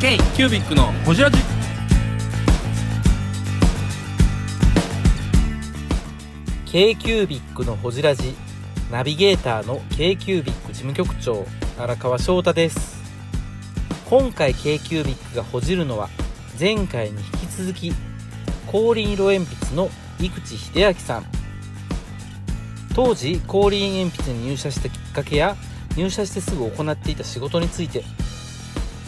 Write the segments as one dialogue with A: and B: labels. A: ケイキュービックのホジラジ
B: 「k q u b i c のほじラジ」ナビゲーターの k q u b i c 事務局長荒川翔太です今回 k q u b i c がほじるのは前回に引き続き氷色鉛筆の井口秀明さん当時氷鉛筆に入社したきっかけや入社してすぐ行っていた仕事について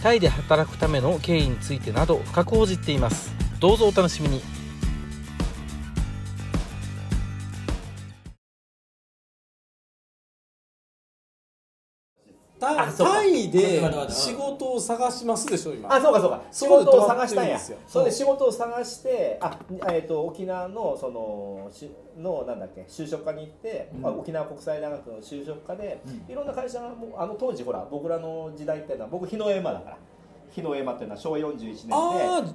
B: タイで働くための経緯についてなど深く報じっていますどうぞお楽しみに
C: タ
D: あそうか
C: タイで
D: 待って待って待って
C: 仕事を探しますでしょ今
D: あそうかそうか
C: そ
D: 仕
C: こで
D: 事
C: 止
D: を
C: ま
D: 探
C: っ
D: して
C: る
D: た
C: ん
D: ん
C: で
D: や
C: すよ
D: それで仕事を探してあ、えー、と沖縄のそのしのなんだっけ就職課に行って、
C: うん
D: まあ、沖縄国際大学の就職課で、いろんな会社がもうあの当時ほら僕らの時代っていうのは僕日の絵馬だから日の絵馬っていうのは昭和41年で
C: あ
D: も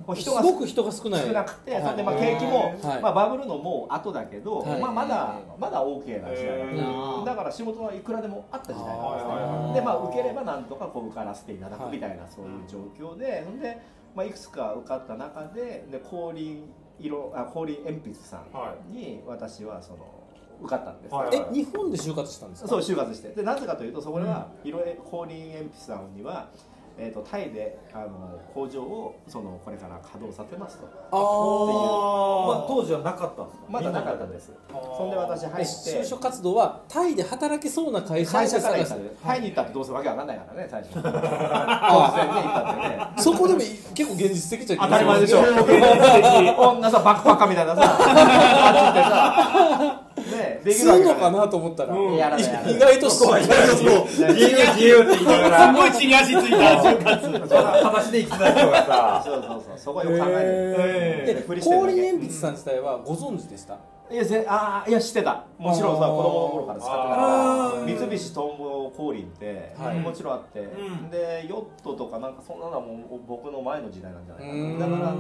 D: う
C: あす
D: 人が
C: ごく人が少ない
D: 少なくて、
C: はい
D: それでまあ景気も、
C: はい
D: まあ、バブルのもう後だけど、
C: はい
D: まあ、まだまだ OK な時代だ
C: へ
D: った
C: ー
D: だから仕事はいくらでもあった時代なんですね、
C: はいはいはい
D: でまあ受ければなんとかこう受からせていただくみたいな、そういう状況で、ほんで、まあ、いくつか受かった中でで氷色あ氷鉛筆さんに私はその受かったんです、
E: はい
C: え日本で就活したんですか
D: そう就活してでなぜかというとそこでは色鉛氷鉛筆さんには、えー、とタイであの工場をそのこれから稼働させますと。
C: ああ
D: まあ
E: 当時はなかったんですか
D: まだなかったんです。そんで私入
C: え
D: って
C: 就職活動はタイで働けそうな会社
D: 会
C: を
D: 社から行
C: 探す
D: ったんでタイに行ったってどうせわけわかんないからね最初。当然ね行ったってね。
C: そこでも結構現実的じゃ
E: 当たり前でしょ
D: 女さバックパッカーみたいなさ感じでさ。ねでき
C: す
D: るわ
C: る
D: け
C: の
D: が
C: かなと思ったら、
E: うん
D: やらないやらない
C: 意外とそう
E: いやそう
D: ない
E: 自由自由って言いながら
A: ごい地に足ついた
D: 就活そう
E: 裸足で生きてた人がさ
D: そうそうそうそこよく考えて
E: へ
D: る。
C: で
D: でふりしてるだ
C: 氷
D: け
C: 鉛筆さん自体はご存知でした、
D: いやぜあーいや知ってたもちろんさ
C: あー
D: 子供の頃から使ってた
E: あ
D: から
E: ー
D: 三菱トンボ氷って、
C: はい
D: もちろんあって、
E: ん
D: でヨットとかなんかそんなのはもう僕の前の時代なんじゃな
C: うーん
D: いかなだから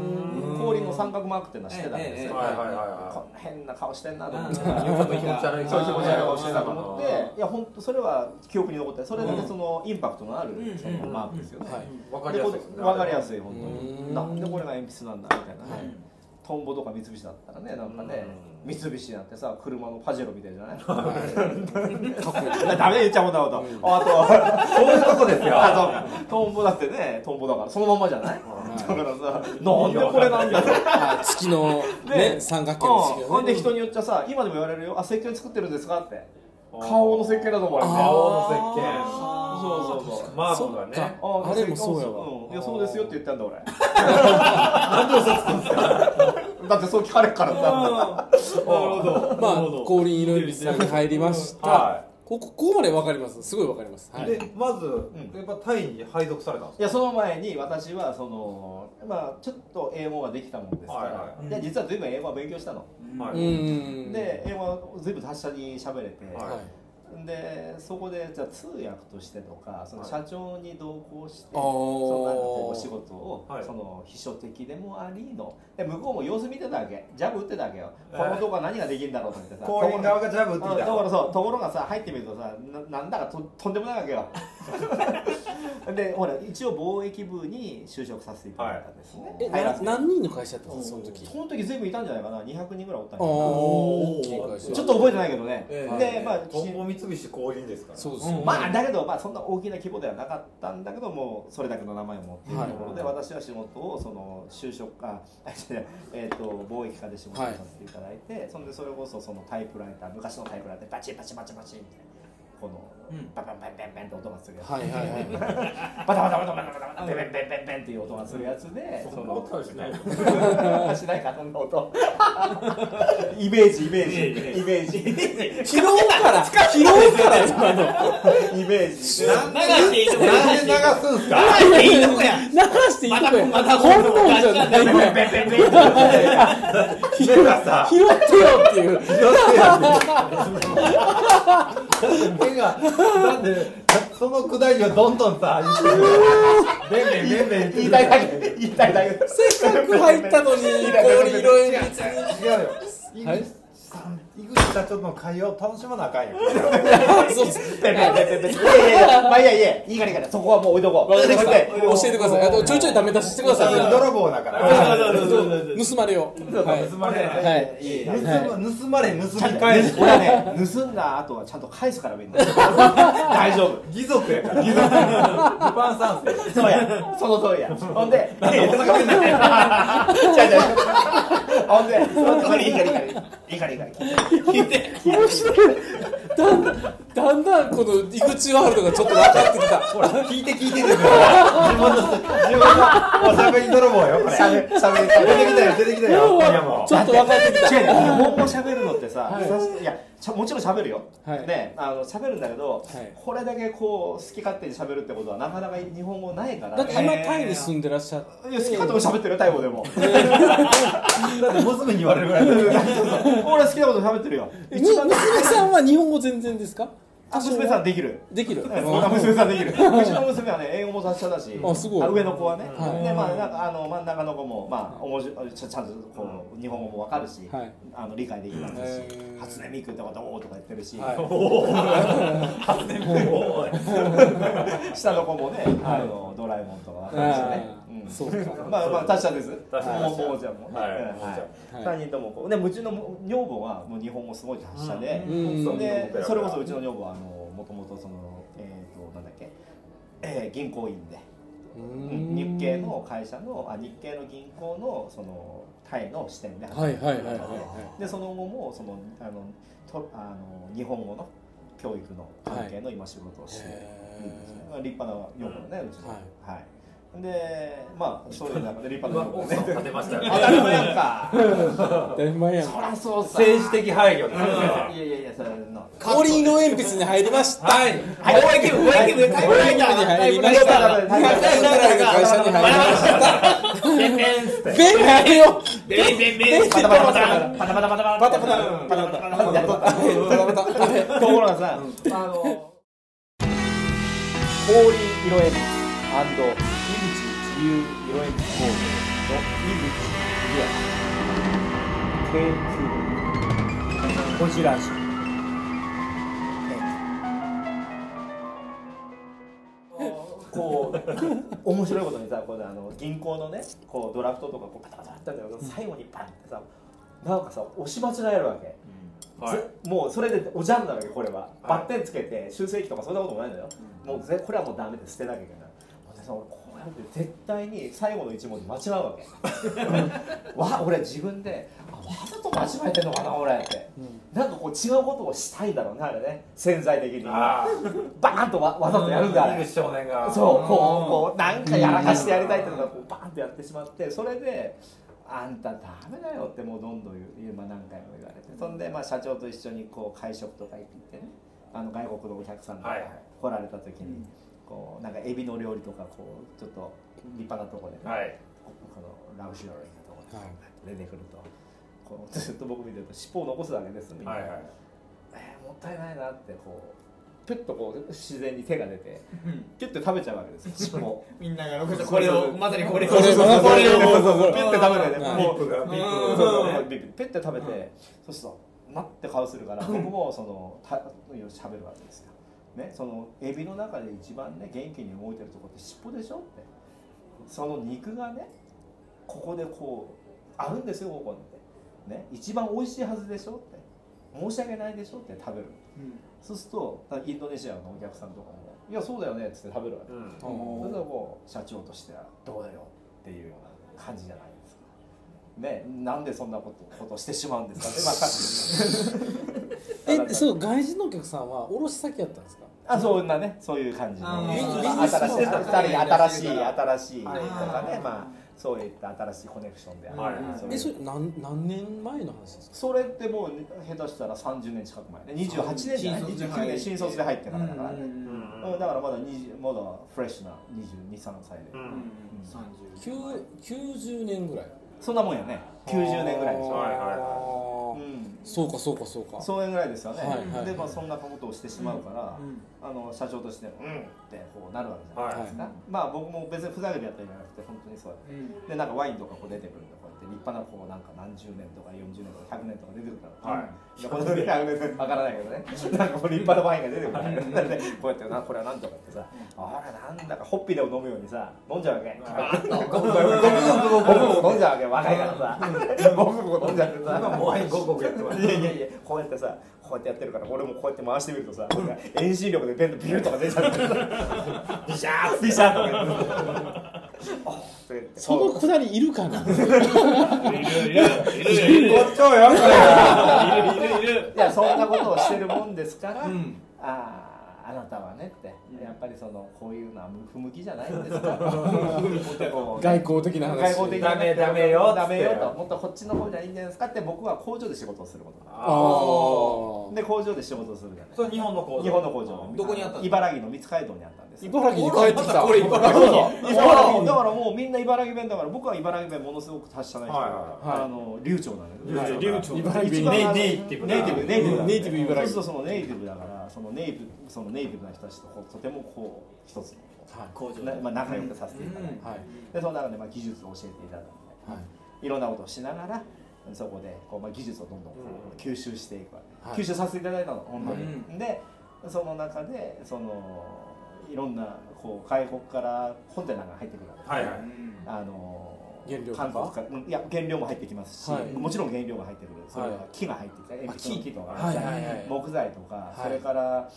D: 氷の三角マークっていうのは知ってたんですよ、
E: はいはいは
D: こんな変な顔してんなと思っ
E: い
D: て、
E: はい気持ち悪い
D: そういう気持ち悪い顔してんなと思っていや本当それは記憶に残ってそれだけそのインパクトのあるそのマークですよね、
C: はい
E: わ
D: わ
E: かりやすいですね
D: わかりやすい本当
C: うん
D: になんでこれが鉛筆なんだみたいなね、
C: はい
D: トンボとか三菱だったらねなんかね三菱なんてさ車のパジェロみたいじゃない
C: かっこいい
D: ダメ言っちゃうもんなこと、あと
E: そういうことですよ
D: あそうトンボだってねトンボだからそのまんまじゃない、だからさなんでこれなんだろう
C: はい月のね
D: ね
C: 三角形の式
D: うん
C: を
D: ほん
C: ね
D: で人によっちゃさ今でも言われるよあ設計作ってるんですかって顔の設計だと思われて
E: 顔
C: あ
E: の設計
D: そうそうそう
E: マーク
C: そ
E: が
C: っ
E: ね
C: かあれもそうやわ
D: んいやそうですよって言ったんだ俺なんで嘘つくんですかだってそう聞かれるからさ
E: なるほど
C: まあ氷色鉛筆さんに入りました、
E: は
C: ここここまでわかりますすごいわかります、はい、
E: でまずやっぱタイに配属されたんです
D: いやその前に私はそのまあちょっと英語ができたもんですから、
E: はいいはい
D: や実は随分英語は勉強したの、
E: かは
C: う
E: い
C: ーん
D: で英語は随分達者に喋れて、
E: は
C: はい
D: でそこでじゃあ通訳としてとかその社長に同行し
C: あ
D: て、
C: ー
D: そのなんかこうお仕事を、
E: はい
D: その秘書的でもありので向こうも様子見てたわけジャブ打ってたわけよ、この男は何ができるんだろうと思ってさ
E: 公園側がジャブ打
D: と
E: っ
D: こ
E: て
D: ろ
E: き
D: ところ
E: た
D: そうところがさ入ってみるとさななんだかととんでもないわけよ でほら一応貿易部に就職させていただいたんですね、
C: え
D: 入ら
C: な
D: せて
C: 何人の会社だったんですかその時
D: その時全部いたんじゃないかな200人ぐらいおったん
C: ああ
D: や
C: 大きい会社
D: ちょっと覚えてないけどね、
E: ええ
D: でまあ
E: トンボ三菱公園ですから
C: そうですよね
D: まあだけど、まあ、そんな大きな規模ではなかったんだけどもそれだけの名前を持っているところで、
E: はい
D: 私は仕事をその就職かえーと貿易課で仕事をさせていただいて、そんでそれこそそのタイプライター昔のタイプライターバチバチバチバチみたいなこの、ババンバンバンバンって音がするやつ、
C: はいはいはい
D: バタバタバタバタバタバタバタバタバンバンバンバンっていう音がするやつで、
E: そんなことはしない
D: のしないかそんな音イメージイメージイメージ
C: 拾うから拾うから今の
D: イメージ
A: 流していいとこ
E: なんで流すんすか
A: 流していいとこや
C: 流していいとこや
A: また
C: 本能じゃないのや
E: 目がさ
C: 拾ってよっていう
E: 目がなんでそのくだりをどんどんさ言ってるべんべんべんべんって
D: 言いたいだけ言いたいだけ
C: せっかく入ったのに氷色鉛筆
E: 違うよ。
C: はい
E: インさん
F: 井口社長との会話を楽しまなあかんよ。
E: そうっす
D: ペンペンペンペンペンいやいやいやまあいやいやいいからいいからそこはもう置いとこう
E: わかりました。
D: 置いとこう
E: 教えてください。あとちょいちょいダメ出ししてください。
F: 泥棒だから。
E: 盗まれよう。はい
F: 盗まれない。
D: はいいいいい
F: 盗む盗まれ盗み
D: 俺
F: 返す。
D: はね盗んだ後はちゃんと返すからみんな大丈夫
F: 義族やから。義族。ルパン三世。
D: そうやその通りやほんで大阪弁だね違う違うほんでその通りいいからいいからいいからいいから聞いて聞いて
E: だんだんこの井口ワールドがちょっと分かってきた。
F: ほら聞いて聞いてですよ。自分の自分のおしゃべり泥棒よこれ。
D: 喋り喋り
F: 出てきたよ出てきたよ今夜も
E: ち。ょっと分かってきた。
D: 違う日本語喋るのってさ、
E: はい
D: 久しい、やちゃもちろん喋るよ、
E: はい
D: ねあの喋るんだけど、
E: はい
D: これだけこう好き勝手に喋るってことはなかなか日本語ないから
E: だって今タイに住んでらっしゃって。
D: いや好き勝手も喋ってるよタイ語でも
F: だって娘に言われるぐらいだから。
D: 俺好きなこと喋ってるよ
E: に娘さんは日本語全然ですか
D: あ娘さんできる
E: できる。
D: うんそんな娘さんできるうちの娘はね英語も雑者だし
E: あすごい
D: 上の子はね、
E: はい
D: でまあなんかあの真ん中の子もまあ面白いちゃちゃんとこう日本語もわかるし、
E: はい
D: あの理解できますし、
E: へー
D: 初音ミクとかどうとか言ってるし、
E: はい
D: 下の子もね、あのドラえもんとかわかるしね
E: あ。
D: うん
E: ーそうか。
D: まあまあ達者です。
A: 達者
D: もうもうちゃんもね。
A: はい
D: うん
E: はい
D: 三人ともこうね、うちの女房はもう日本語すごい達者で、
E: うんうん
D: で
A: うん
D: それこそうちの女房はあのもともとそのえっとなんだっけ、えー銀行員で、
E: う
D: うん
E: ん
D: 日系。の会社のあ日系の銀行のそのタイの支店で
E: はい
D: 働いて
E: はいはいはい
D: る方で
E: は
D: でその後もそのあのとあの日本語の教育の関係の今仕事を
E: い。
D: している。
E: へ
D: まあ立派な女房ね、うちの。
E: は
D: はい。で、まあ、そういう中で立派な女
A: 奥
D: 房
A: さんを
D: ね。
A: 立てました
D: 当
A: ね
D: たり前やんか。
E: ー大変やん。
D: そらそうさ。
F: 政治的配慮ですね。
D: いやいやいや、それの。
E: 氷の鉛筆に入りました。
F: はい。
C: はい、応援気分、応援気分、タイムライター、タイムライター、タイムライター、タイムライター、タイムライ
E: 弁明よ。
D: パタパタパタパタパタパタパ
E: バ
D: タ
E: タバタバタバタバタバタバタバタバタ。
D: ところがさ、あの、氷色鉛筆井口自由色鉛筆工業の井口秀明、こちらし。こう面白いことにさこうあの銀行のねこうドラフトとかこうパタパタってやったんだけど最後にバンってさなんかさ押し間違えるわけ、
A: はい
D: ぜもうそれでおじゃんなわけこれは、バッテンつけて修正機とかそんなこともないんだよ、もうぜこれはもうダメで捨てなきゃいけない私さ俺こうやって絶対に最後の一文字間違うわけ わ俺自分であわざと間違えてんのかな俺って、なんかこう違うことをしたいんだろうねあれね潜在的にバ
F: あ
D: ーンとわわざとやるんだあ
F: あ。
D: れ
F: 井口少年が。
D: そうこうこうなんかやらかしてやりたいってのがこうバーンとやってしまってそれで「あんたダメだよ」ってもうどんどん言う、まあ、何回も言われてそんでまあ社長と一緒にこう会食とか行ってねあの外国のお客さんが
A: はいはい
D: 来られた時にこうなんかエビの料理とかこうちょっと立派なとこでね
A: はい
D: このラグジュアリーなところで出てくると。こうずっと僕見てると尻尾を残すだけですみんな、
A: はいはい
D: えーもったいないなってこうペッとこう自然に手が出てキュッて食べちゃうわけですよ尻尾を
C: みんなが残したこれを、まさにこれを、
E: これを
C: これを、
D: ピュッて食べてね
E: はい
D: もう
F: ビップがビップ
D: そ
F: が
D: うそうそうビビペッて食べて、そうするとなって顔するから僕もそのた喋るわけですよ。ね、そのエビの中で一番ね元気に動いてるところって尻尾でしょってその肉がねここでこう合うんですよここにね一番美味しいはずでしょって申し訳ないでしょって食べる、そうするとインドネシアのお客さんとかも「いやそうだよね」っつって食べるわけ、
A: うん
D: それはもう社長としてはどうだよっていうような感じじゃないですか。ね、なんでそんなことことしてしまうんですかね、 まあ、
E: え、そう外人のお客さんは卸先やったんですか。
D: あそんなねそういう感じの
C: あー
D: ま
C: ビジ
D: あ
C: ネス
D: 新しい
C: の
D: 二人新しい
C: はい
D: 新しいとかね
C: あー
D: まあそういった新しいコネクションである、
A: はい
D: そういう
E: え、それ何何年前の話ですか。
D: それってもう下手したら30年近く前ね28年じゃな
C: 新
D: い
C: 卒で
D: 29
C: 入って
D: 年新卒で入ってからだからね、
C: うん
A: う
D: うん
A: ん
D: だからまだ20まだフレッシュな223歳で、
A: うん
E: 九九十年ぐらい。
D: そんなもんやね90年ぐらいでしょ
A: はいはいはい
E: あー
D: うん
E: そうかそうかそうか
D: そういうぐらいですよね、
E: はいはい
D: でまあそんなことをしてしまうから、あの社長としてうんってこうなるわけじゃないですか、まあ僕も別にふざけてやったりじゃなくて本当にそう
E: う
D: や
E: ん
D: でなんかワインとかこう出てくるんでこうやって立派なこうなんか何十年とか40年とか100年とか出てくるから、はいやこの時100年わからないけどねなんかこう立派なワインが出てくるから、でこうやってなこれはなんとかってさ、あらなんだかホッピーでも飲むようにさ飲んじゃうわけ、ゴブゴブゴブゴ ブ飲んじゃうわけ若いから さゴブゴブ飲んじゃってさ
C: 今もうワインゴクゴクやってます
D: いやいやいやこうやってさこうやってやってるから俺もこうやって回してみると さなんか遠心力でペンとビューとか出ちゃってさビシャービシャーとか言って さあとか言って
E: そのくだりいるかな
C: いるいる
D: こっちもよこれ
C: いるいる
D: いやそんなことをしてるもんですから、あああなたはねってやっぱりそのこういうのは不向きじゃないんです かこう
E: 外交的な
D: 外
E: 話
D: 交的
C: ダメダメよ
D: ダメよ
C: つっ
D: と
C: て
D: もっとこっちの方じゃいいんじゃないですかって僕は工場で仕事をすることになる
E: ああ
D: で工場で仕事をするじゃない
C: それ日本の工場
D: 日本の工場
C: どこにあったの
D: 茨城の三街道にあったんです
E: 茨城に帰ってきた
C: これ
E: 茨
D: そう
E: 城
D: そう茨城だからもうみんな茨城弁だから僕は茨城弁ものすごく達者ない人
C: はい
E: はいはい
D: あの流暢なんだけど
C: はい流暢
E: 茨城
D: 一
E: に
D: 番
E: ね
D: あの
C: ネイティブな
D: ネイティブネイティブだ
E: ネイティブ茨城
D: そうするとそのネイティブだからそのネイティブそのネイティブな人たちとこうとてもこう一つの
C: 工場
D: なまあ仲良くさせていただいて
C: うん
E: はい
D: でその中でまあ技術を教えていただいて
E: はい
D: いろんなことをしながらそこでこう、まあ、技術をどんどんこう吸収していくわけ、
E: はい
D: 吸収させていただいたの本当に、
C: う
D: でその中でそのいろんなこう外国からコンテナが入ってくるわけ、
C: はいはい
D: あの
E: 原料とか
D: 韓国からうんいや原料も入ってきますし、
E: はい
D: もちろん原料が入ってくるそれ
E: は
D: は木が入ってきた鉛筆の木とか、
E: はいはいはい
D: 木材とか、
E: い
D: それから、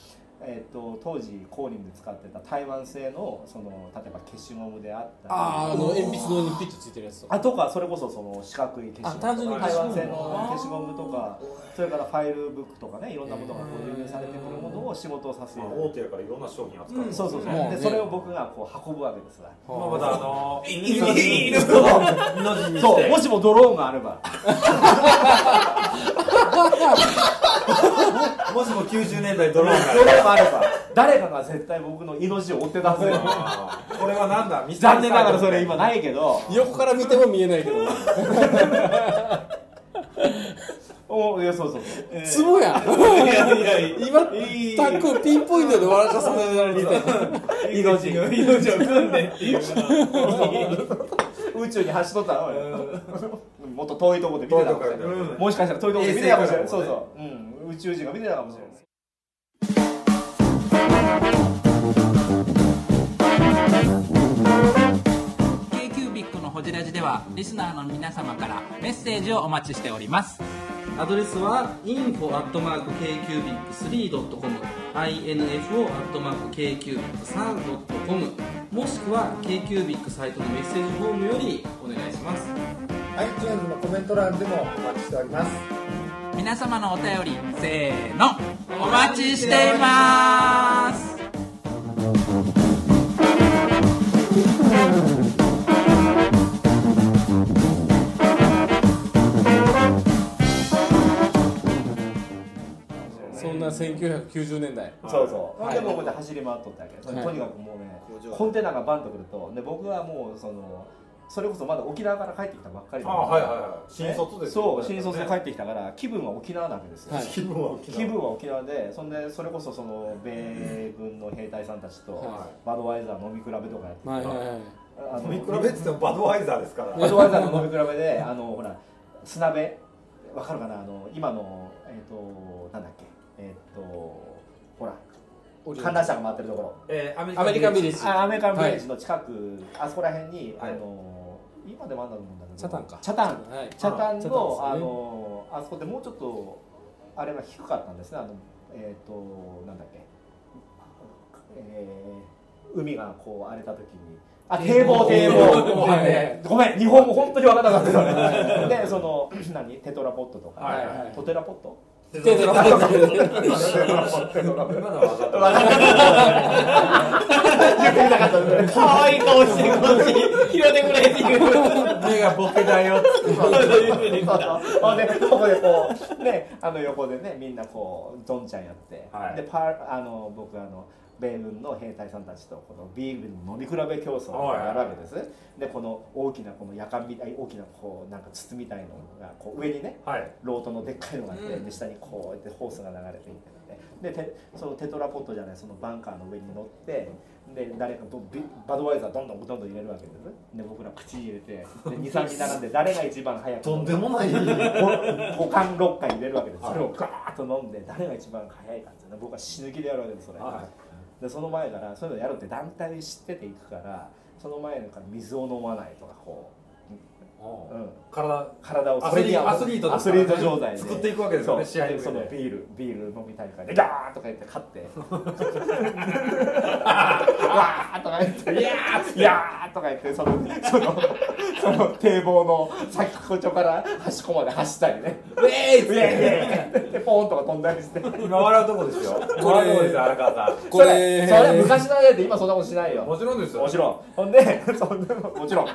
D: えっと当時コーリンで使ってた台湾製のその例えば消しゴムであったり
E: あーあの鉛筆の上にピッとついてるやつとか
D: あとかそれこそその四角い消しゴム
E: あ単純に消
D: 台
E: しゴ
D: 湾
E: ム
D: 製の消しゴムとかそれからファイルブックとかねいろんなことがこう輸入されてくるものを仕事をさせてい
C: まあ
D: ただ
C: 大
D: いて
C: 手やからいろんな商品扱ってます
D: そうそうそう、
E: もうね
D: でそれを僕がこう運ぶわけですわ
C: まあまだあのー犬の
D: 犬
C: 字にして
D: そうもしもドローンがあれば
C: もしも90年代ドローン
D: ドロ
C: が
D: ーンがあれば誰かが絶対僕の命を追って出すよ
C: あーこれはなんだミスター
D: 残念ながらそれ今ないけど
E: 横から見ても見えないけど
D: おいやそうそうそう
E: ツボや ん
C: いやいやいや
E: 今たっくんピンポイントで笑かさせられてたよ
D: 命
C: 命を組んでっていう
D: 宇宙に走っとったらおいもっと遠いところで見
C: どう
D: て
C: いう
D: た
C: とこ
D: かも
C: か
D: しれない
C: だよね
D: もしかしたら遠いとこで見てたかもしれな
C: 衛
D: い。
C: 星
D: そ
C: からも
D: うそう。うん、宇宙人が見てたかもしれない。
A: k q b i c のホジラジではリスナーの皆様からメッセージをお待ちしております
B: アドレスは info.kcubic3.com info.kcubic3.com もしくは KQBIC サイトのメッセージフォームよりお願いします
F: iTunes のコメント欄でもお待ちしております
A: 皆様のお便りせーのお待ちしています
E: そんな1990年代
D: そうそう。
E: はい
D: でもここで走り回っとったわけ。
E: はい
D: とにかくもうね
C: 工場、
D: コンテナがバンとくると、で僕はもうそのそれこそまだ沖縄から帰ってきたばっかり
C: あ
D: だ
C: ー
D: から
C: はいはいはい新卒です
D: そう、新卒で帰
C: っ
D: ってきたから気分は沖縄なわけですよ。
E: はい
C: 気分は
D: 気分は沖縄で、そんでそれこそその米軍の兵隊さんたちと
E: は
D: バドワイザー飲み比べとかやってた
E: はいはいはい
D: あの
C: 飲み比べって言ってもバドワイザーですから
D: バドワイザーの飲み比べで、あのほら、砂辺、わかるかな、あの今の、えっ、と、なんだっけ、えっ、と、ほら、観覧車が回ってるところ、
C: えー
E: アメリカンビレッジ
D: あアメリカンビレッジの近く、あそこら辺に、あの今でもあんだと思うんだけど、
E: チャタンか
D: チャタン、
E: はい
D: チ
E: チ
D: ャタン
E: ャタンですね
D: の、あのあそこでもうちょっと、あれが低かったんですね、あの、えっ、と、なんだっけ、えー海がこう荒れた時に、あ、堤防、堤防。
E: はい
D: ごめん、日本語本当に分からなかったよね。で、その、 何、テトラポットとか、
C: はい
E: はい
D: トテラポット
E: テトラポッド
C: 今のはわざと
D: テトラポット。分かんなかった。言ってみたかったですね。
C: 可愛い顔してこっち拾ってくれっていう
E: 目がボケだよって
D: ほんでここでこうねあの横でねみんなこうどんちゃんやって、
E: はい
D: でパーあの僕あの米軍の兵隊さんたちとこのビールの飲み比べ競争をやるわけです、でこの大きなこのやかんみたい大きなこうなんか筒みたいのがこう上にね
E: はい
D: ロートのでっかいのがあって、で下にこうやってホースが流れていっててでてそのテトラポットじゃないそのバンカーの上に乗ってで誰かどビバドワイザーどんどんどんどん入れるわけですで僕ら口に入れて23人並んで誰が一番早く
F: とんでもない。
D: 五巻六巻入れるわけですそれをガーッと飲んで誰が一番早いかっていうの僕は死ぬ気でやるわけですそれ、
E: は
D: でその前からそういうのやるって団体で知ってていくからその前から水を飲まないとかこう、うん、
E: 体
D: 体を
E: アスリートアスリートで
D: ア
E: す
D: ス
E: から
D: リ
E: ね
D: ート状態で
E: 作っていくわけですよね
D: そう
E: 試合の上で
D: そのビールビール飲み大会でガーッとか言って 勝ってわーっとか言っていやーいやーとか言ってそのそのその堤防の先っちょから端っこまで走ったりねウェーイウェーイってポーンとか飛んだりして
E: 今笑うとこですよ笑うとこですよ荒川さん
D: これそれそれ昔の絵で今そんなことしない
E: も
D: よ
E: ちろんですよ
D: もちろんほんでそんなのもちろん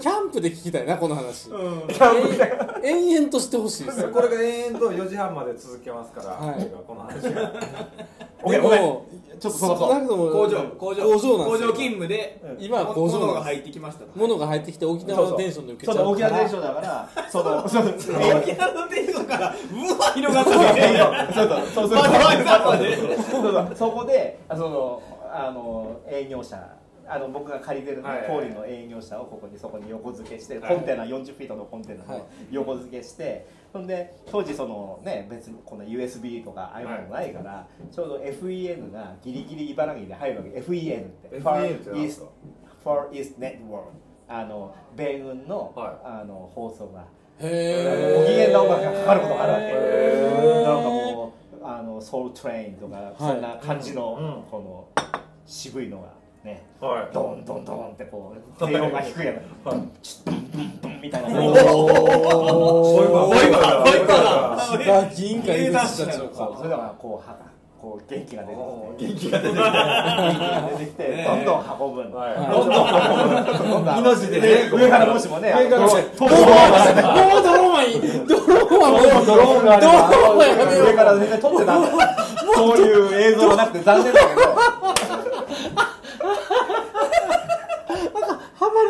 C: キャンプで聞きたいな、この話。
D: は
C: 延々としてほしいですよ。
E: これが延々と4時半まで続けますから、
C: はい
E: この話が
D: ごめんごめんちょっとその
C: そうなるともう
G: 工場工場
C: 工場なん
G: 工
C: です
G: 場
C: よ
G: 勤務で
C: 今は工場
G: 物が
C: なんです
G: 入ってきましたと
C: 物が入ってきて沖縄のテンションで受け
D: そ
C: ちゃ
D: の
C: う
D: 沖
C: か
D: 縄
C: ら
D: 伝承だから、そ の、その、そうそう、
G: 沖縄のテンションからうわ広がったわけ
D: そうそう、
G: バドワイザーまで
D: そうそうそこで、あその、あの、営業者。あの僕が借りてる
E: はいはい
D: 氷の営業者をここにそこに横付けしてコンテナ40フィートのコンテナ
C: はい
D: を横付けしてほんで当時そのね別にこの USB とかああいうものないからちょうど FEN がギリギリ茨城で入るわけ FEN って
E: FEN って何ですか
D: Far East Network あの米軍の
E: は
D: あの放送が
C: へー
D: ご機嫌な音楽がかかることがあるわけ
C: へー
D: なんかもうあのソウルトレインとかそんな感じのこの渋いのがね
E: はい
D: ドンドンドンってこう低音が低いやつドンチュッドンドンドンみたいな
E: ボイパーボイパーボイパ
C: 千葉銀貨井口社長
D: そうそれ
C: か
D: だからこうはこう元気が出てき
E: 元気
D: て
E: が出て
D: 元気が出てきてどんどん運ぶんだ
E: はい
D: どんどん運ぶんだ
E: 命でね
D: 上からもしもね
E: 上からもしも
D: ドローン
C: もうドローンはいいドローンはもう
D: ドローンがあれ
C: ド
D: ば
C: ローンはやめよう
D: 上から全然撮ってたんだよそういう映像はなくて残念だけど
C: ハマるハマ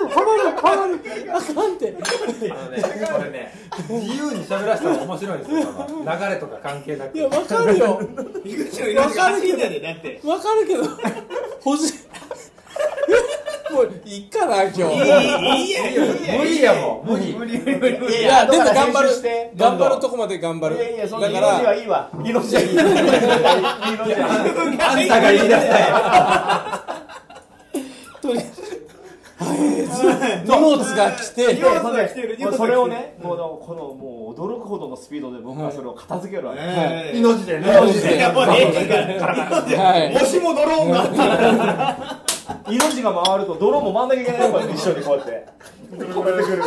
C: るハマるあかんって
E: あのねこれね自由に喋らせたら面白いですよあの流れとか関係なく
C: いやわかるよ
G: 樋口の 色が走んだでだって
C: わかるけどほじもういっかな今日
G: いいやいいや
E: 無理やもん無理
D: 無理無理無理無理
C: いやでも
D: 後から
C: 頑張る
D: 編集して
C: 頑張るとこまで頑張る
D: いやいやその
C: だ
D: 命
C: から
D: はいいわ命はいいわ命は
G: あ
D: いい
G: んたが言い出したよ
C: とりあえずはい荷物が来て
D: で
G: 命が来てる
D: もうそれをねもうこのもう驚くほどのスピードで僕はそれを片付けるわけ
G: 命で命でやっぱね
C: はい
G: もしもドローンがあったら
D: 命が回ると泥も回んなきゃいけないのから一緒にこうやってこうやってくる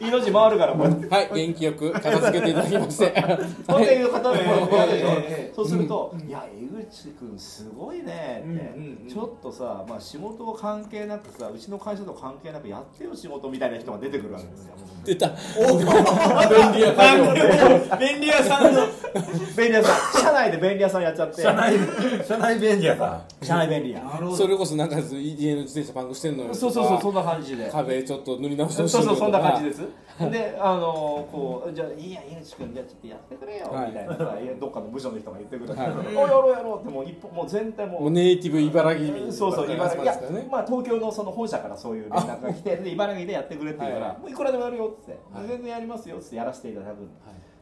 D: 命回るからこうやって
C: はい、元気よく片付けていただきまして。
D: そん
C: は
D: で片付けるわけでしょ
G: ええ
D: そうすると「いや江口君すごいね」
G: うんうんう
D: っ
G: ん
D: てちょっとさまあ仕事は関係なくさうちの会社と関係なくやってよ仕事みたいな人が出てくるわけですよ
C: い、出た。便利屋さん。
G: 便利屋さんの
D: 便利屋さん社内で便利屋さんやっちゃって社内
E: 社内便利やさ
D: 便利屋
C: それこそなんか家の自転車パンクしてんのよ。
D: そうそうそうそんな感じで
C: 壁ちょっと塗り直して
D: そ
C: ほし
D: う
C: いの
D: そ
C: と
D: う
C: か。
D: そんな感じですであのこうじゃあいいや井口君じゃあちょっとやってくれよ
C: はい
D: みたいなさ、いやどっかの部署の人が言ってくる、
C: はい
D: おやろうやろうってもう一歩もう全体も
C: もう
D: う
C: ネイティブ茨城民。
D: そうそう
C: 茨城
D: 茨城い
C: で
D: や
C: すからね。
D: まあ東京のその本社からそういう連絡が来てで茨城でやってくれって言うから、
C: はい
D: もういくらでもやるよっつって、全然やりますよっつってやらせていただくんで、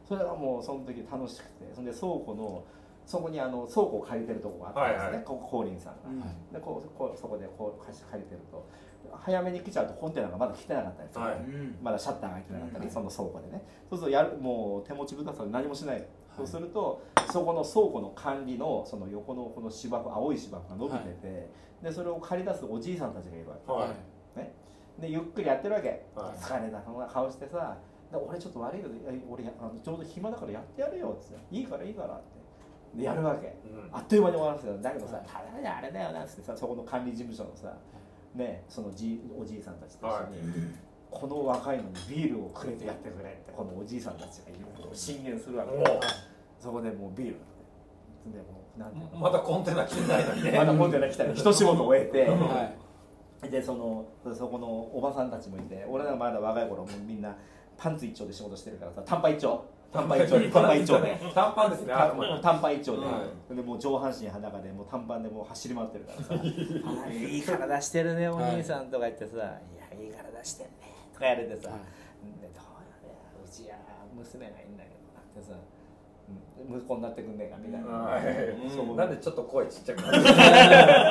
D: それがもうその時楽しくてそんで倉庫のそこにあの倉庫を借りてるとこがあったんですね、
E: はいはい
D: ここ光林さんが、でこうこうそこでこう貸し借りてると早めに来ちゃうとコンテナがまだ来てなかったんですよ、
E: はい
D: まだシャッターが開いてなかったり、
G: うん
D: その倉庫でねそうするとやるもう手持ちぶたさで何もしない、そうするとそこの倉庫の管理のその横のこの芝生青い芝生が伸びてて、でそれを借り出すおじいさんたちがいるわけ、
E: はい
D: ね、でゆっくりやってるわけ、
E: はい
D: 疲れた顔してさで俺ちょっと悪いけどえ俺やあのちょうど暇だからやってやるよっつっていいからいいからってでやるわけ、
E: うん
D: あっという間に終わらせたんだけどさただねあれだよなっつってさそこの管理事務所のさねそのじいおじいさんたちと一緒に、この若いのにビールをくれてやってくれってこのおじいさんたちが言うことを進言するわけでそこでもうビールでもうなんていうの
E: またコンテナ切んないのにね
D: まだコンテナ来たり一仕事終えて、
G: はい
D: でそのそこのおばさんたちもいて俺らまだ若い頃もうみんなパンツ一丁で仕事してるからさ短パン一丁短パン一 丁で短パン一丁で。
E: 短パンですねあくまで
D: 短パン一丁で、でもう上半身裸でもう短パンでもう走り回ってるからさ「いい体してるねお兄さん」とか言ってさ「い、やいい体してんね」とかやれてさ「でどうやねうちや娘がいいんだけどな」ってさ「うん、息子になってくんねえか」みたいな、
E: はい
D: そう
E: なんでちょっと声ちっちゃくなる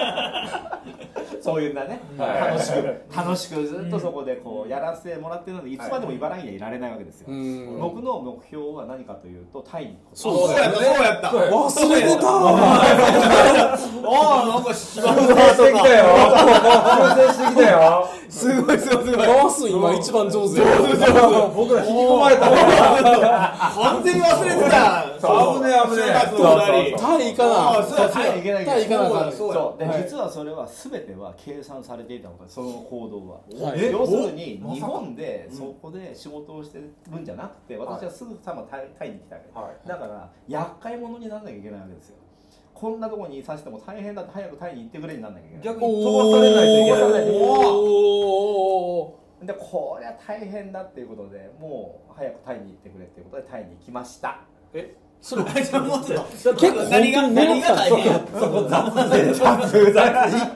D: そういうんだね、
E: はい
D: 楽しく楽しくずっとそこでこうやらせてもらってるのでいつまでも茨城にはいられないわけですよ、
H: うん
D: 僕の目標は何かというとタイに行くこと
G: そうやった、そうやった。
E: そうや
H: 忘れてた
G: ああ、なんかしま
E: 修正してきたよ修正してきたよ
H: すごいすごいすごい回す今一番上手
E: 僕ら引き込まれた
G: 完全に忘れてた。
E: そう危ねえ危ねえ
G: 中学の二人
H: タイ行
G: ああ、
H: かな
G: そうや、
D: タイに行けないけど
H: タイ行かなあかんね
G: そうや
D: そうで、実はそれは全ては計算されていたのかその行動は、
H: はい
G: え
D: 要するに
G: お
D: 日本でそこで仕事をしてるんじゃなくて私はすぐさまタイタイに来たわけ、
E: は
D: だから厄介者にならなきゃいけないわけですよこんなとこにいさせても大変だって早くタイに行ってくれにならなきゃいけない
E: 逆に
H: お
E: 飛ばされないとい
H: ー
E: けない
D: さないといけない
H: おー
D: でこりゃ大変だっていうことでもう早くタイに行ってくれっていうことでタイに行きました
H: それ
G: 結
H: 結構
C: 何が、何が大変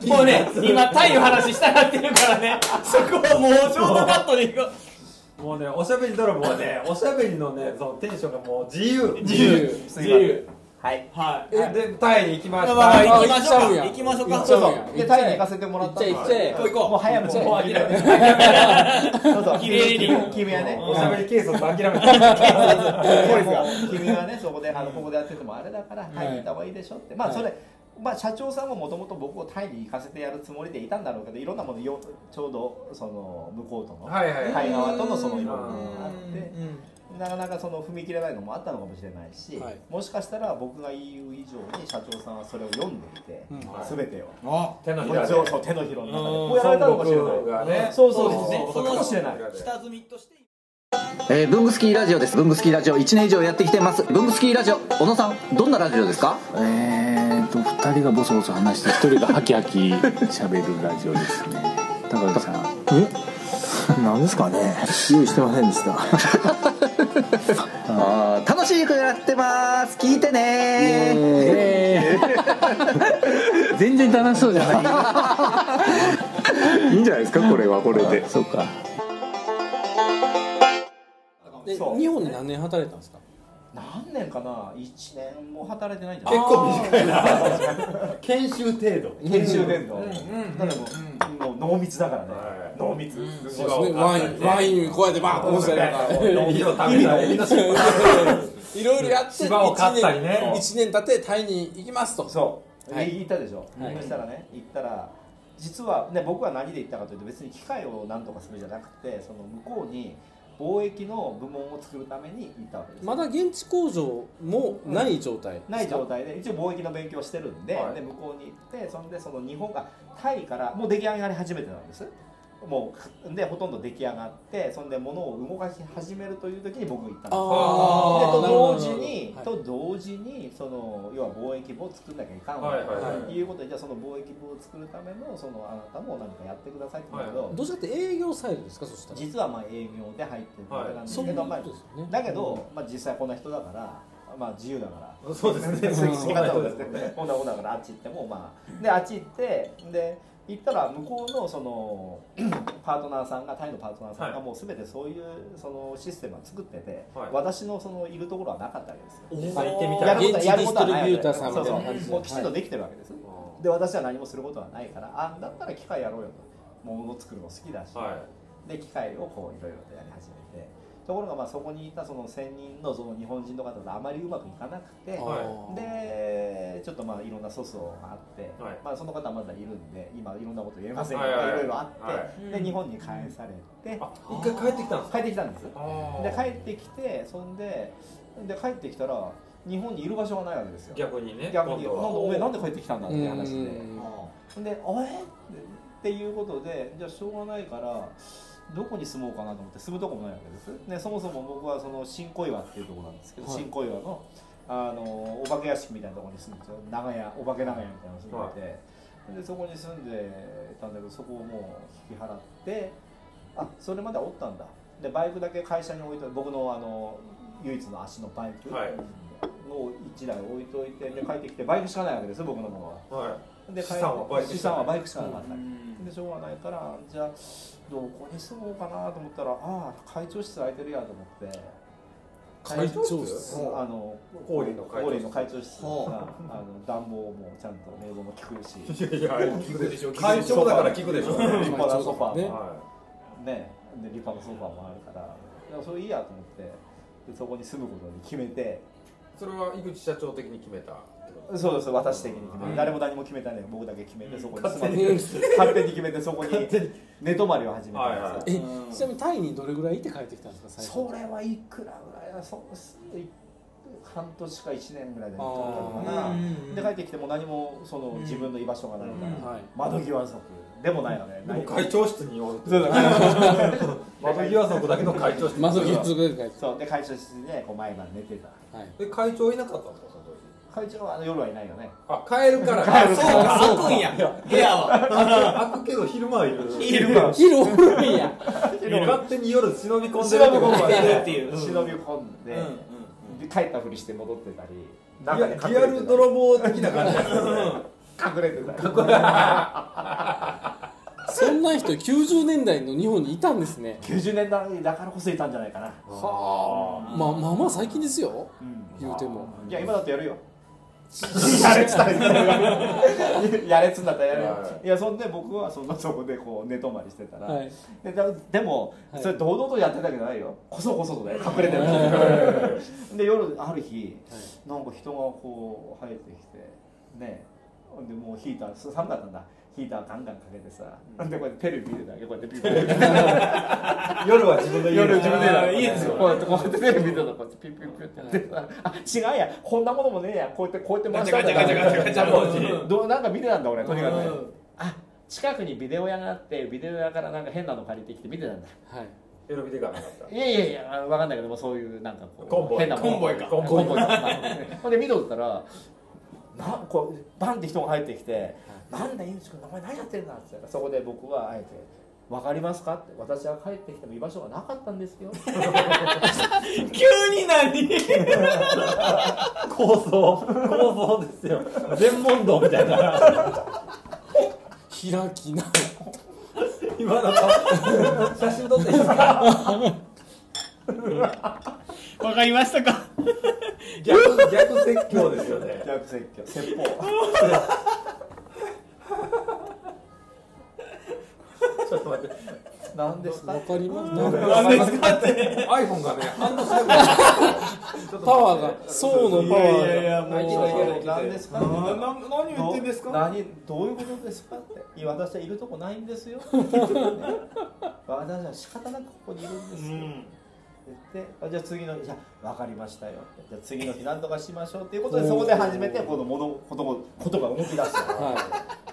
C: もうね、今、タイの話したなってるからね、そこはもうショートカットでいこう。
E: もうねおしゃべり泥棒はねおしゃべりのねそのテンションがもう自由
H: 自由
D: 自由はい
G: はい。
E: えでタイに行きまし
G: まあ
E: た
G: まあ
H: 行きましょうか
G: 行きましょうか
H: 行っち
D: そ
H: ゃ
D: う
H: う
D: そ
H: んや
D: うでタイに行かせてもらったの
H: 行っちゃえ行っちゃえ
D: もうもう早くもう諦めて そうそ う
C: 綺麗に
D: 君はね
E: おしゃべり警察諦めた
D: 君がねそこであのここでやっててもあれだからタイに行った方がいいでしょってまあそれまあ社長さんももともと僕をタイに行かせてやるつもりでいたんだろうけどいろんなものよちょうどその向こうとの
E: はいはい
D: タイ側とのそのいろんな
E: う
D: ものがあってなかなかその踏み切れないのもあったのかもしれないし、
H: はい
D: もしかしたら僕が言う以上に社長さんはそれを読んでいて、
H: ん
D: すべ全てを、
E: 手のひ
D: こ
E: ら
D: っ
E: で
D: ちをそう手のひらの中でこうやられたのかもしれ
E: 孫悟空が
D: ない、
E: ね
D: そうそう
E: そうですね
D: そうかもしれない
G: 下積みとして。
I: えー、ブングスキーラジオです。ブングスキーラジオ1年以上やってきてます。ブングスキーラジオ、小野さん、どんなラジオですかえーと、2人がボソボソ話して、1人がハキハキ喋るラジオですね。高橋さん。えなんですかね用意してませんで した。あー楽しい曲やってます。聞いてね 全然楽しそうじゃ ない。いいんじゃないですか、これはこれで。そうか。
H: で
D: そう
H: 日本で何年働いたんですか
D: 何年かな1年も働いてないんじゃない
F: 構短いな研修程度
D: 研修伝道、だからもう,、もう濃密だからね、濃密、
H: そうですねワインワインこうやってバーンこうしたりとか
E: 海を食べたり
H: いろいろやって
E: 芝を買ったりね
H: 1年経ってタイに行きますと
D: そう、
H: はい
D: で行ったでしょ、そしたらね行ったら実は、ね、僕は何で行ったかというと別に機械を何とかするじゃなくてその向こうに貿易の部門を作るために行ったわけです、
H: まだ現地工場もない状態
D: ない状態で一応貿易の勉強をしてるんで,、
E: はい
D: で向こうに行ってそんでその日本がタイからもう出来上がり始めてなんですもうでほとんど出来上がってそんで物を動かし始めるという時に僕行ったんですで
H: ああ
D: と同時に、
H: はい
D: と同時にその要は貿易部を作んなきゃいかんわ、
E: はいはい
H: はい
D: ということでじゃあその貿易部を作るためのそのあなたも何かやってくださいって言うんだけど、
H: どうしたって営業サイドですかそしたら
D: 実はまあ営業で入ってるわけなんです
H: そう
D: け
H: いう
D: ど、
H: こ
D: まあ
H: とですよね
D: だけど、まあ、実際こんな人だから、まあ、自由だから。
E: そうです ね
D: そういう仕方を
E: で
D: ですすね、こんなことだからあっち行ってもまあであっち行ってで行ったら向こうのその パートナーさんがタイのパートナーさんが
E: はい
D: もうすべてそういうそのシステムを作ってて、
E: はい
D: 私のそのいるところはなかったわけですよ。
E: 実際行ってみた
D: や
E: い
D: ることはやることはない
H: 現地ディストリビュ
D: わけ
H: ーターさんみたいな感じで
D: そうそうもうきちんとできてるわけです、で私は何もすることはないからあだったら機械やろうよともう物作るの好きだし、
E: は
D: で機械をこういろいろとやり始めてところがまあそこにいたその1000人のその日本人の方とあまりうまくいかなくて、
E: はい
D: でちょっとまあいろんな粗相があって、
E: はい
D: まあ、その方はまだいるんで今いろんなこと言えませんが、
E: はいはいはい
D: いろいろあって、
E: は
D: で日本に返されて
E: あ一回帰ってきたんですか
D: 帰ってきたんです
E: あ
D: で帰ってきてそんでで帰ってきたら日本にいる場所がないわけですよ
E: 逆にね
D: 逆に「なん
E: 今
D: で
E: 度は
D: おめえなんで帰ってきたんだ」って
H: う
D: 話で
H: ん
D: で「おえっ?」っていうことでじゃあしょうがないからどこに住もうかなと思って住むとこもないわけです、ね、そもそも僕はその新小岩っていうところなんですけど、新小岩のあのお化け屋敷みたいなところに住んでたんですよ長屋お化け長屋みたいなの住んでて、でそこに住んでたんだけどそこをもう引き払ってあそれまではおったんだでバイクだけ会社に置いて僕のあの唯一の足のバイク
E: はい
D: を1台置いといてで帰ってきてバイクしかないわけですよ僕のものは。
E: は
D: で
E: 資産はバイクしかない
D: 資産はバイクしかなかった、でしょうがないからじゃあどこに住もうかなと思ったらああ会長室空いてるやと思って
H: 会長室
D: あの
E: 高齢の会長室
D: 高齢の会長室があの暖房もちゃんと冷房も効くし立
E: い。いや、聞くでしょ。会長だから聞くでしょ。
D: 派なソファーも
E: は
D: ねで立派なソファーもあるからいやそれいいやと思ってでそこに住むことに決めて
E: い。それは井口社長的に決めたってこと。
D: そうです私的に決めて、誰も何も決めたね僕だけ決めてそこに住まれて、勝手に決めてそこに寝泊まりを始めたんですよ
E: はいはい
H: えちなみにタイにどれぐらいいて帰ってきたんですか最初
D: それはいくらぐらいだそうすい半年か1年ぐらいで見たのか
H: あ
D: な
G: ー
D: で帰ってきても何もその自分の居場所がないから、
H: はい
D: 窓際族でもないよね
E: で
D: ない
E: も会長室におる。
D: そうだ
E: 窓際族だけの会長室。
H: マゾキズで帰って
D: そうで会長室でこう毎晩寝てた
H: はい
E: え会長いなかったんですかその時。
D: 会長はあの夜はいないよね
E: あ帰るから。帰る
C: そうか、開くんや。部屋は。
E: 開くけど昼間はいる。
C: 昼間
H: 昼おるんや
E: 勝手に夜忍び込んでる
D: 忍び込ん
C: で
D: で
C: るっていううん
D: 忍び込んで,、
C: うんうん
D: で帰ったふりして戻ってたり
E: リ
D: 中
E: ア
D: で
E: リ
D: 隠れてた
E: アル泥棒的な感じですね
D: 隠れてたり
H: そんな人90年代の日本にいたんですね
D: 90年代だからこそいたんじゃないかな、
H: はあまあまあまあ最近ですよ
D: うん
H: 言うても
D: いや、今だってやるよ。やれっつったらやれっつんだったらやるよ
E: はい
D: いやそんで僕はそんなそこでこう寝泊まりしてたら、
H: はい
D: でだでも
H: はい
D: それ堂々とやってたわけじゃないよこそこそとね隠れてるで夜ある日なんか人がこう入ってきてねでもうヒーター寒かったんだヒーターガンガンかけてさ、でこうやってテレビ見てたわけこうやってピッピッピッ
E: 夜は自分の家
D: 夜自分でや
E: いい
D: る
E: ですよ
D: こうやってこうやってテレビ見てたらこうやってピッピッピッってやってさあ違うやこんなものもねえやこうやってこうやって回したんだ
C: ガチャガチャガチャガチャガチャ
D: どうなんか見てたんだ俺とにかくね
C: うん
D: あ近くにビデオ屋があってビデオ屋からなんか変なの借りてきて見てたんだ
H: はい
E: 夜見てかなかった
D: いやいやいやあのわかんないけどもそういうなんかこう
E: コンボイ
D: 変なもの
C: コンボイか
D: コンボイかまあほんで見とったらなこうバンって人が入ってきて「なんだ井口君名前何やってんだ」って言ったらそこで僕はあえて「分かりますか?」って「私は帰ってきても居場所がなかったんですよ」
C: 急に何
E: 構想構想ですよ全問答みたいな
H: 開きな
E: 今の顔写真撮っていいですか
C: わかりましたか
E: 逆逆説教ですよ ね
D: 逆説教説法
E: ちょっと待って
D: なんですか
H: わかります
C: 何ですかって
E: iPhone がね半年前
H: パワーが層のパワーが
C: やも
D: そうなんですか
C: 何言ってんですか
D: 何どういうことですかっていや私はいるとこないんです よね私は仕方なくここにいるんですよ、であじゃあ次の日じゃあ分かりましたよってじゃあ次の日何とかしましょうっていうことでそこで初めてこの物ことごことが動き出した、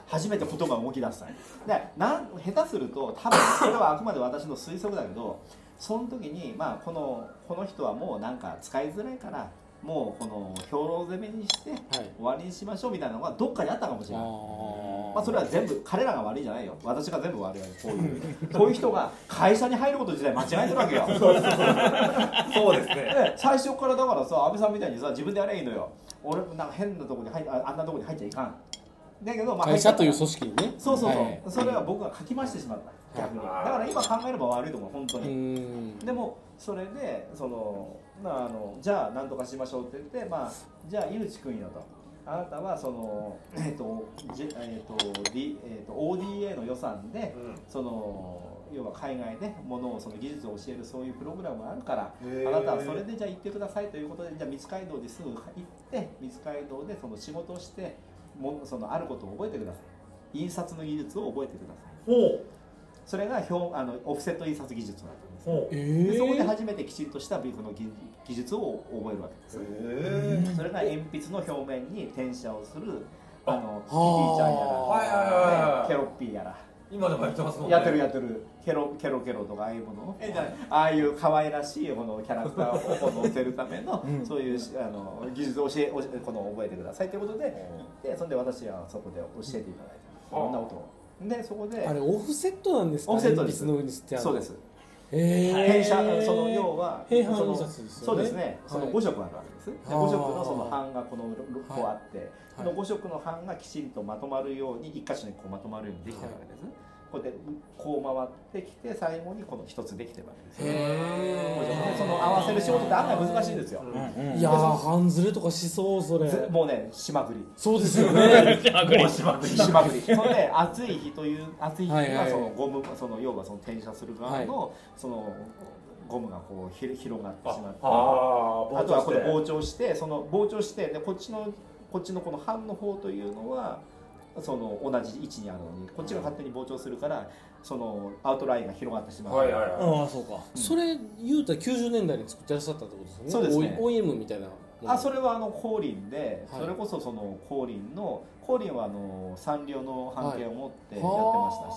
D: 初めてことが動き出したでなん下手すると多分これはあくまで私の推測だけどその時に、まあ、このこの人はもうなんか使いづらいからもうこの兵糧攻めにして終わりにしましょうみたいなのがどっかにあったかもしれない。まあ、それは全部彼らが悪いじゃないよ私が全部悪いよ こういうこういう人が会社に入ること自体間違えてるわけよ
E: そうですね
D: で最初からだからさ安倍さんみたいにさ自分でやればいいのよ俺なんか変なとこに入っああんなとこに入っちゃいかんだけど、まあ、
H: 会社という
D: そう
H: 組織にね
D: そうそう、
H: はい
D: それは僕がかき回してしまった逆にだから今考えれば悪いと思う本当
H: う
D: に、
H: ん
D: でもそれでそのまああのじゃあ何とかしましょうって言って、まあ、じゃあ井口君よとあなたはその、えっとじえっと D えっと ODA の予算で、その要は海外でものをその技術を教えるそういうプログラムがあるからあなたはそれでじゃあ行ってくださいということでじゃあ三街道ですぐ行って三街道でその仕事をしてもそのあることを覚えてください印刷の技術を覚えてください
E: ほう
D: それが表あのオフセット印刷技術だと思うんで
E: ほ
D: す
H: え
E: う
D: でそこで
H: ー
D: 初めてきちんとしたビーフの技技術を覚えるわけです、
E: え
D: それが鉛筆の表面に転写をするあのキテ
H: は
D: ィ
H: あ
D: ちゃんやら、
E: はいはいはいはい
D: ねケロッピーやら
E: 今でもやってますもんね
D: やってるやってるケロケロケロとかああいうものを
J: えじゃ
D: ああいう可愛らしいこのキャラクターをこの載せるための、そういうあの技術を教え教えこの覚えてくださいということで行ってそんで私はそこで教えていただいたいろんな音をでそこで
C: あれオフセットなんですか
D: オフセットです
C: 鉛筆の上に吸ってある
D: そうです
C: へー
D: 弊社その要は
C: 平板
D: そ
C: 印
D: の
C: 刷ですよね
D: そうですねその
C: はい
D: 5色あるわけです、で
C: あー
D: 5色のその版がこのこうあって、
C: はい
D: この5色の版がきちんとまとまるように一箇所にこうまとまるようにできてるわけです、こうでこう回ってきて最後にこの一つできてるわけですよ
C: へ
D: でその合わせる仕事って案外難しいんですよ、
C: ーいやー半ズレとかしそうそれ
D: ずもうねしまくり
C: そうですよ ね
D: しまくり。それで暑い日という暑い日
C: はいはいは
D: はいそのゴムその要はその転写する側のそのゴムがこうひ広がってしまって、あとはこれ膨張してその膨張してでこっちのこっちのこの半の方というのは。その同じ位置にあるのにこっちが勝手に膨張するからそのアウトラインが広がってしまう、
E: はいはいはい
C: ああそうかそれ言うたら90年代に作ってらっしゃったってことですよね
D: そうですね
C: O- OEM みたいなもの
D: あそれはあの光琳で、
C: はい
D: それこそその光琳の光琳はあのサンリオの版権を持ってやってましたし、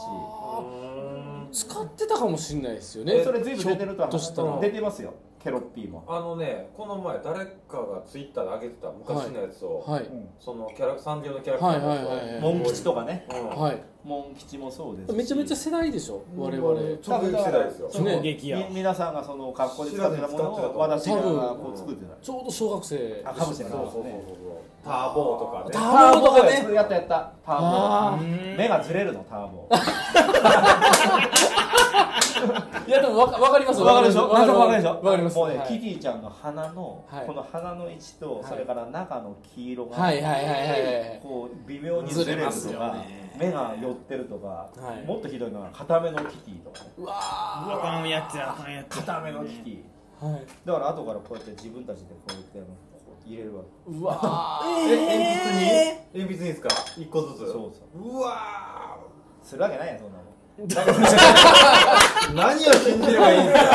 C: はー使ってたかもしれないですよね
D: えそれ随分出てるとは
C: ひょっとしたら
D: 出てますよケロッピーも、
E: あのねこの前誰かがツイッターで上げてた昔のやつを、
C: はい
E: そのキャラサンリオのキャラクタ
C: はい
E: ー
C: はい
E: の
C: はいはい
D: モン吉とかね
E: うん
C: はい
D: モン吉もそうですし
C: めちゃめちゃ世代でしょ我々
E: 直撃世代ですよ
D: そう
C: ね
K: 激
D: み皆さんがその格好で使ってたものを私らがこう作って
C: ちょうど小学生
D: たあかもしれない
E: そう
D: で
E: そうそ
D: す
E: うそう
D: ね
E: ターボーとかね
C: ターボーとかね
D: ターボーやったやったターボ
C: あ
D: ー目がずれるのターボー
C: あいやでもわかわかります
D: わかるでしょ
C: わかる
D: わかるでしょ
C: わかります
D: もうね、
C: はい
D: キティちゃんの鼻の、
C: はい
D: この鼻の位置と、
C: はい
D: それから中の黄色が、
C: はいはいはいはいはい
D: こう微妙にずれると
C: ずれ
D: か、目が寄ってるとか、
C: はい
D: もっとひどいのは固めのキティとかね
C: うわ
K: あかんやつやあかんやつ
D: 固めのキティ
C: ーはい
D: だから後からこうやって自分たちでこうやってあのこう入れるわけ
C: う わー
E: え鉛筆に鉛筆にですか一個ずつ
D: そうそう
E: うわ
D: するわけないやんそんなの
E: 何を信じればいいんですか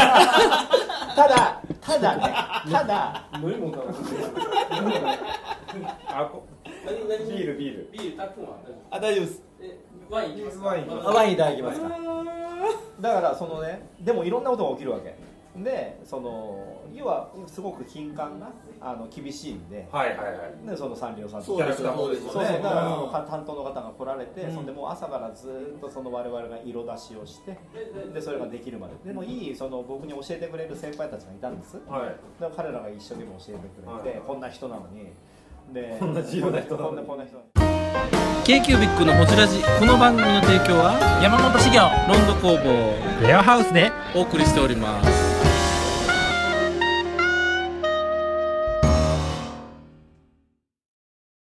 D: ただただねただ
E: 飲み物あこビールビールビー
K: あ大丈夫です
E: ルワイン
L: ワインいただきますか
D: だからそのねでもいろんなことが起きるわけでその要はすごく金管があの厳しいんで
E: はいはいはい
D: でそのサンリオさんと
E: キャラクターも
D: そうそうだからその担当の方が来られて、そんでもう朝からずっとその我々が色出しをしてでそれができるまででもいいその僕に教えてくれる先輩たちがいたんです
E: はい
D: だから彼らが一生懸命教えてくれて、こんな人なのにで
E: こんな自由な人なのに
D: こんなこんな人なのに
A: k q b i c のほじらじこの番組の提供は山本資源ロンド工房レアハウスでお送りしております